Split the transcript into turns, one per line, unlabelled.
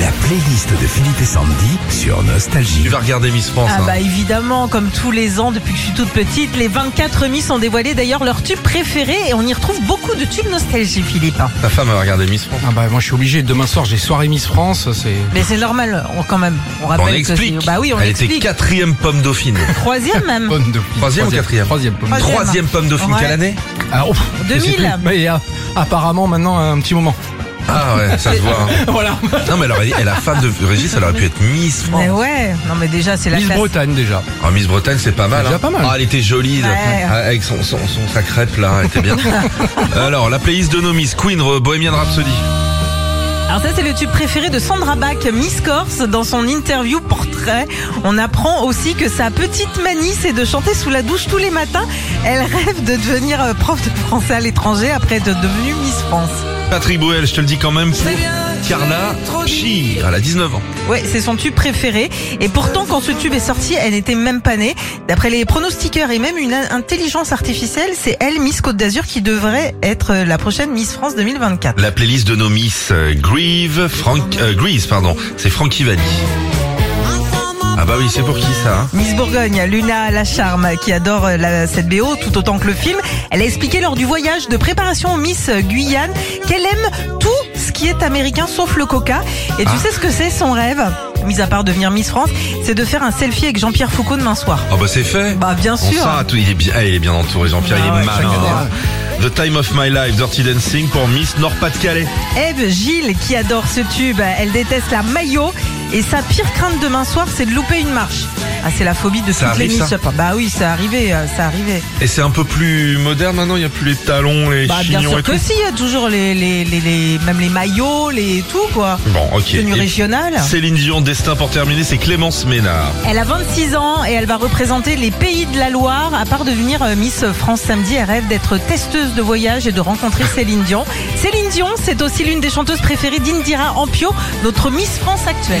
La playlist de Philippe et Sandy sur Nostalgie.
Tu vas regarder Miss France.
Ah
hein.
bah évidemment, comme tous les ans depuis que je suis toute petite, les 24 Miss ont dévoilé d'ailleurs leurs tubes préférés et on y retrouve beaucoup de tubes nostalgie, Philippe. Hein.
Ta femme va regarder Miss France.
Ah bah moi je suis obligé, demain soir j'ai soirée Miss France, c'est...
Mais c'est normal, on, quand même. On
On
rappelle que
explique.
c'est- Bah oui, on
Elle
l'explique.
était quatrième pomme dauphine.
Troisième même.
Pomme de...
Troisième ou quatrième
Troisième pomme de-
Troisième.
Troisième pomme dauphine,
Ouais.
quelle année
Ah, ouf, je sais
2000.
plus. Mais euh, apparemment maintenant un petit moment.
Ah ouais, ça se voit. hein.
voilà.
Non mais alors, elle, est la femme de Régis, elle aurait pu être Miss France.
Mais ouais, non mais déjà c'est la
Miss
classe.
Bretagne déjà.
Ah, Miss Bretagne, c'est pas mal.
C'est déjà
hein.
pas mal.
Ah, elle était jolie, là.
Ouais.
Ah, avec son, son, son- sa crêpe là, elle était bien. alors, la playlist de nos Miss Queen, euh, Bohemian Rhapsody.
Alors ça c'est le tube préféré de Sandra Bach, Miss Corse. Dans son interview portrait, on apprend aussi que sa petite manie c'est de chanter sous la douche tous les matins. Elle rêve de devenir euh, prof de français à l'étranger après être devenue Miss France.
Patrick Bruel, je te le dis quand même, pour Carla Shear. Elle a 19 ans.
Ouais, c'est son tube préféré. Et pourtant, quand ce tube est sorti, elle n'était même pas née. D'après les pronostiqueurs et même une intelligence artificielle, c'est elle, Miss Côte d'Azur, qui devrait être euh, la prochaine Miss France 2024.
La playlist de nos Miss euh, Grieve, Frank, euh, Grease, pardon, c'est Frankie Valli. Ah bah oui, c'est pour qui ça hein
Miss Bourgogne, Luna Lacharme, qui adore euh, la, cette BO tout autant que le film, elle a expliqué lors du voyage de préparation aux Miss euh, Guyane qu'elle aime tout ce qui est américain sauf le coca. Et tu
Ah.
sais ce que c'est son rêve, mis à part devenir Miss France, c'est de faire un selfie avec Jean-Pierre Foucault demain soir.
Ah bah c'est fait.
Bah bien
On
sûr.
sent, tout, il est bien, ah, il est bien entouré, Jean-Pierre,
Ah
il est
ouais,
malin.
chaque
hein. The Time of My Life, Dirty Dancing pour Miss Nord-Pas-de-Calais.
Eve Gilles qui adore ce tube, elle déteste la maillot et sa pire crainte demain soir c'est de louper une marche. Ah c'est la phobie de
Ça
toutes les
arrive,
Miss
ça
Up. Bah oui, ça arrivé, euh, ça arrivé.
Et c'est un peu plus moderne maintenant, il n'y a plus les talons, les
Bah bien
chignons
sûr
et tout.
que si, il y a toujours les, les, les, les- même les maillots, les tout quoi.
Bon, ok.
Tenue
Et
régionale.
Céline Dion, destin pour terminer, c'est Clémence Ménard.
Elle a 26 ans et elle va représenter les pays de la Loire. À part devenir euh, Miss France samedi, elle rêve d'être testeuse de voyage et de rencontrer Céline Dion. Céline Dion, c'est aussi l'une des chanteuses préférées d'Indira Ampio, notre Miss France actuelle.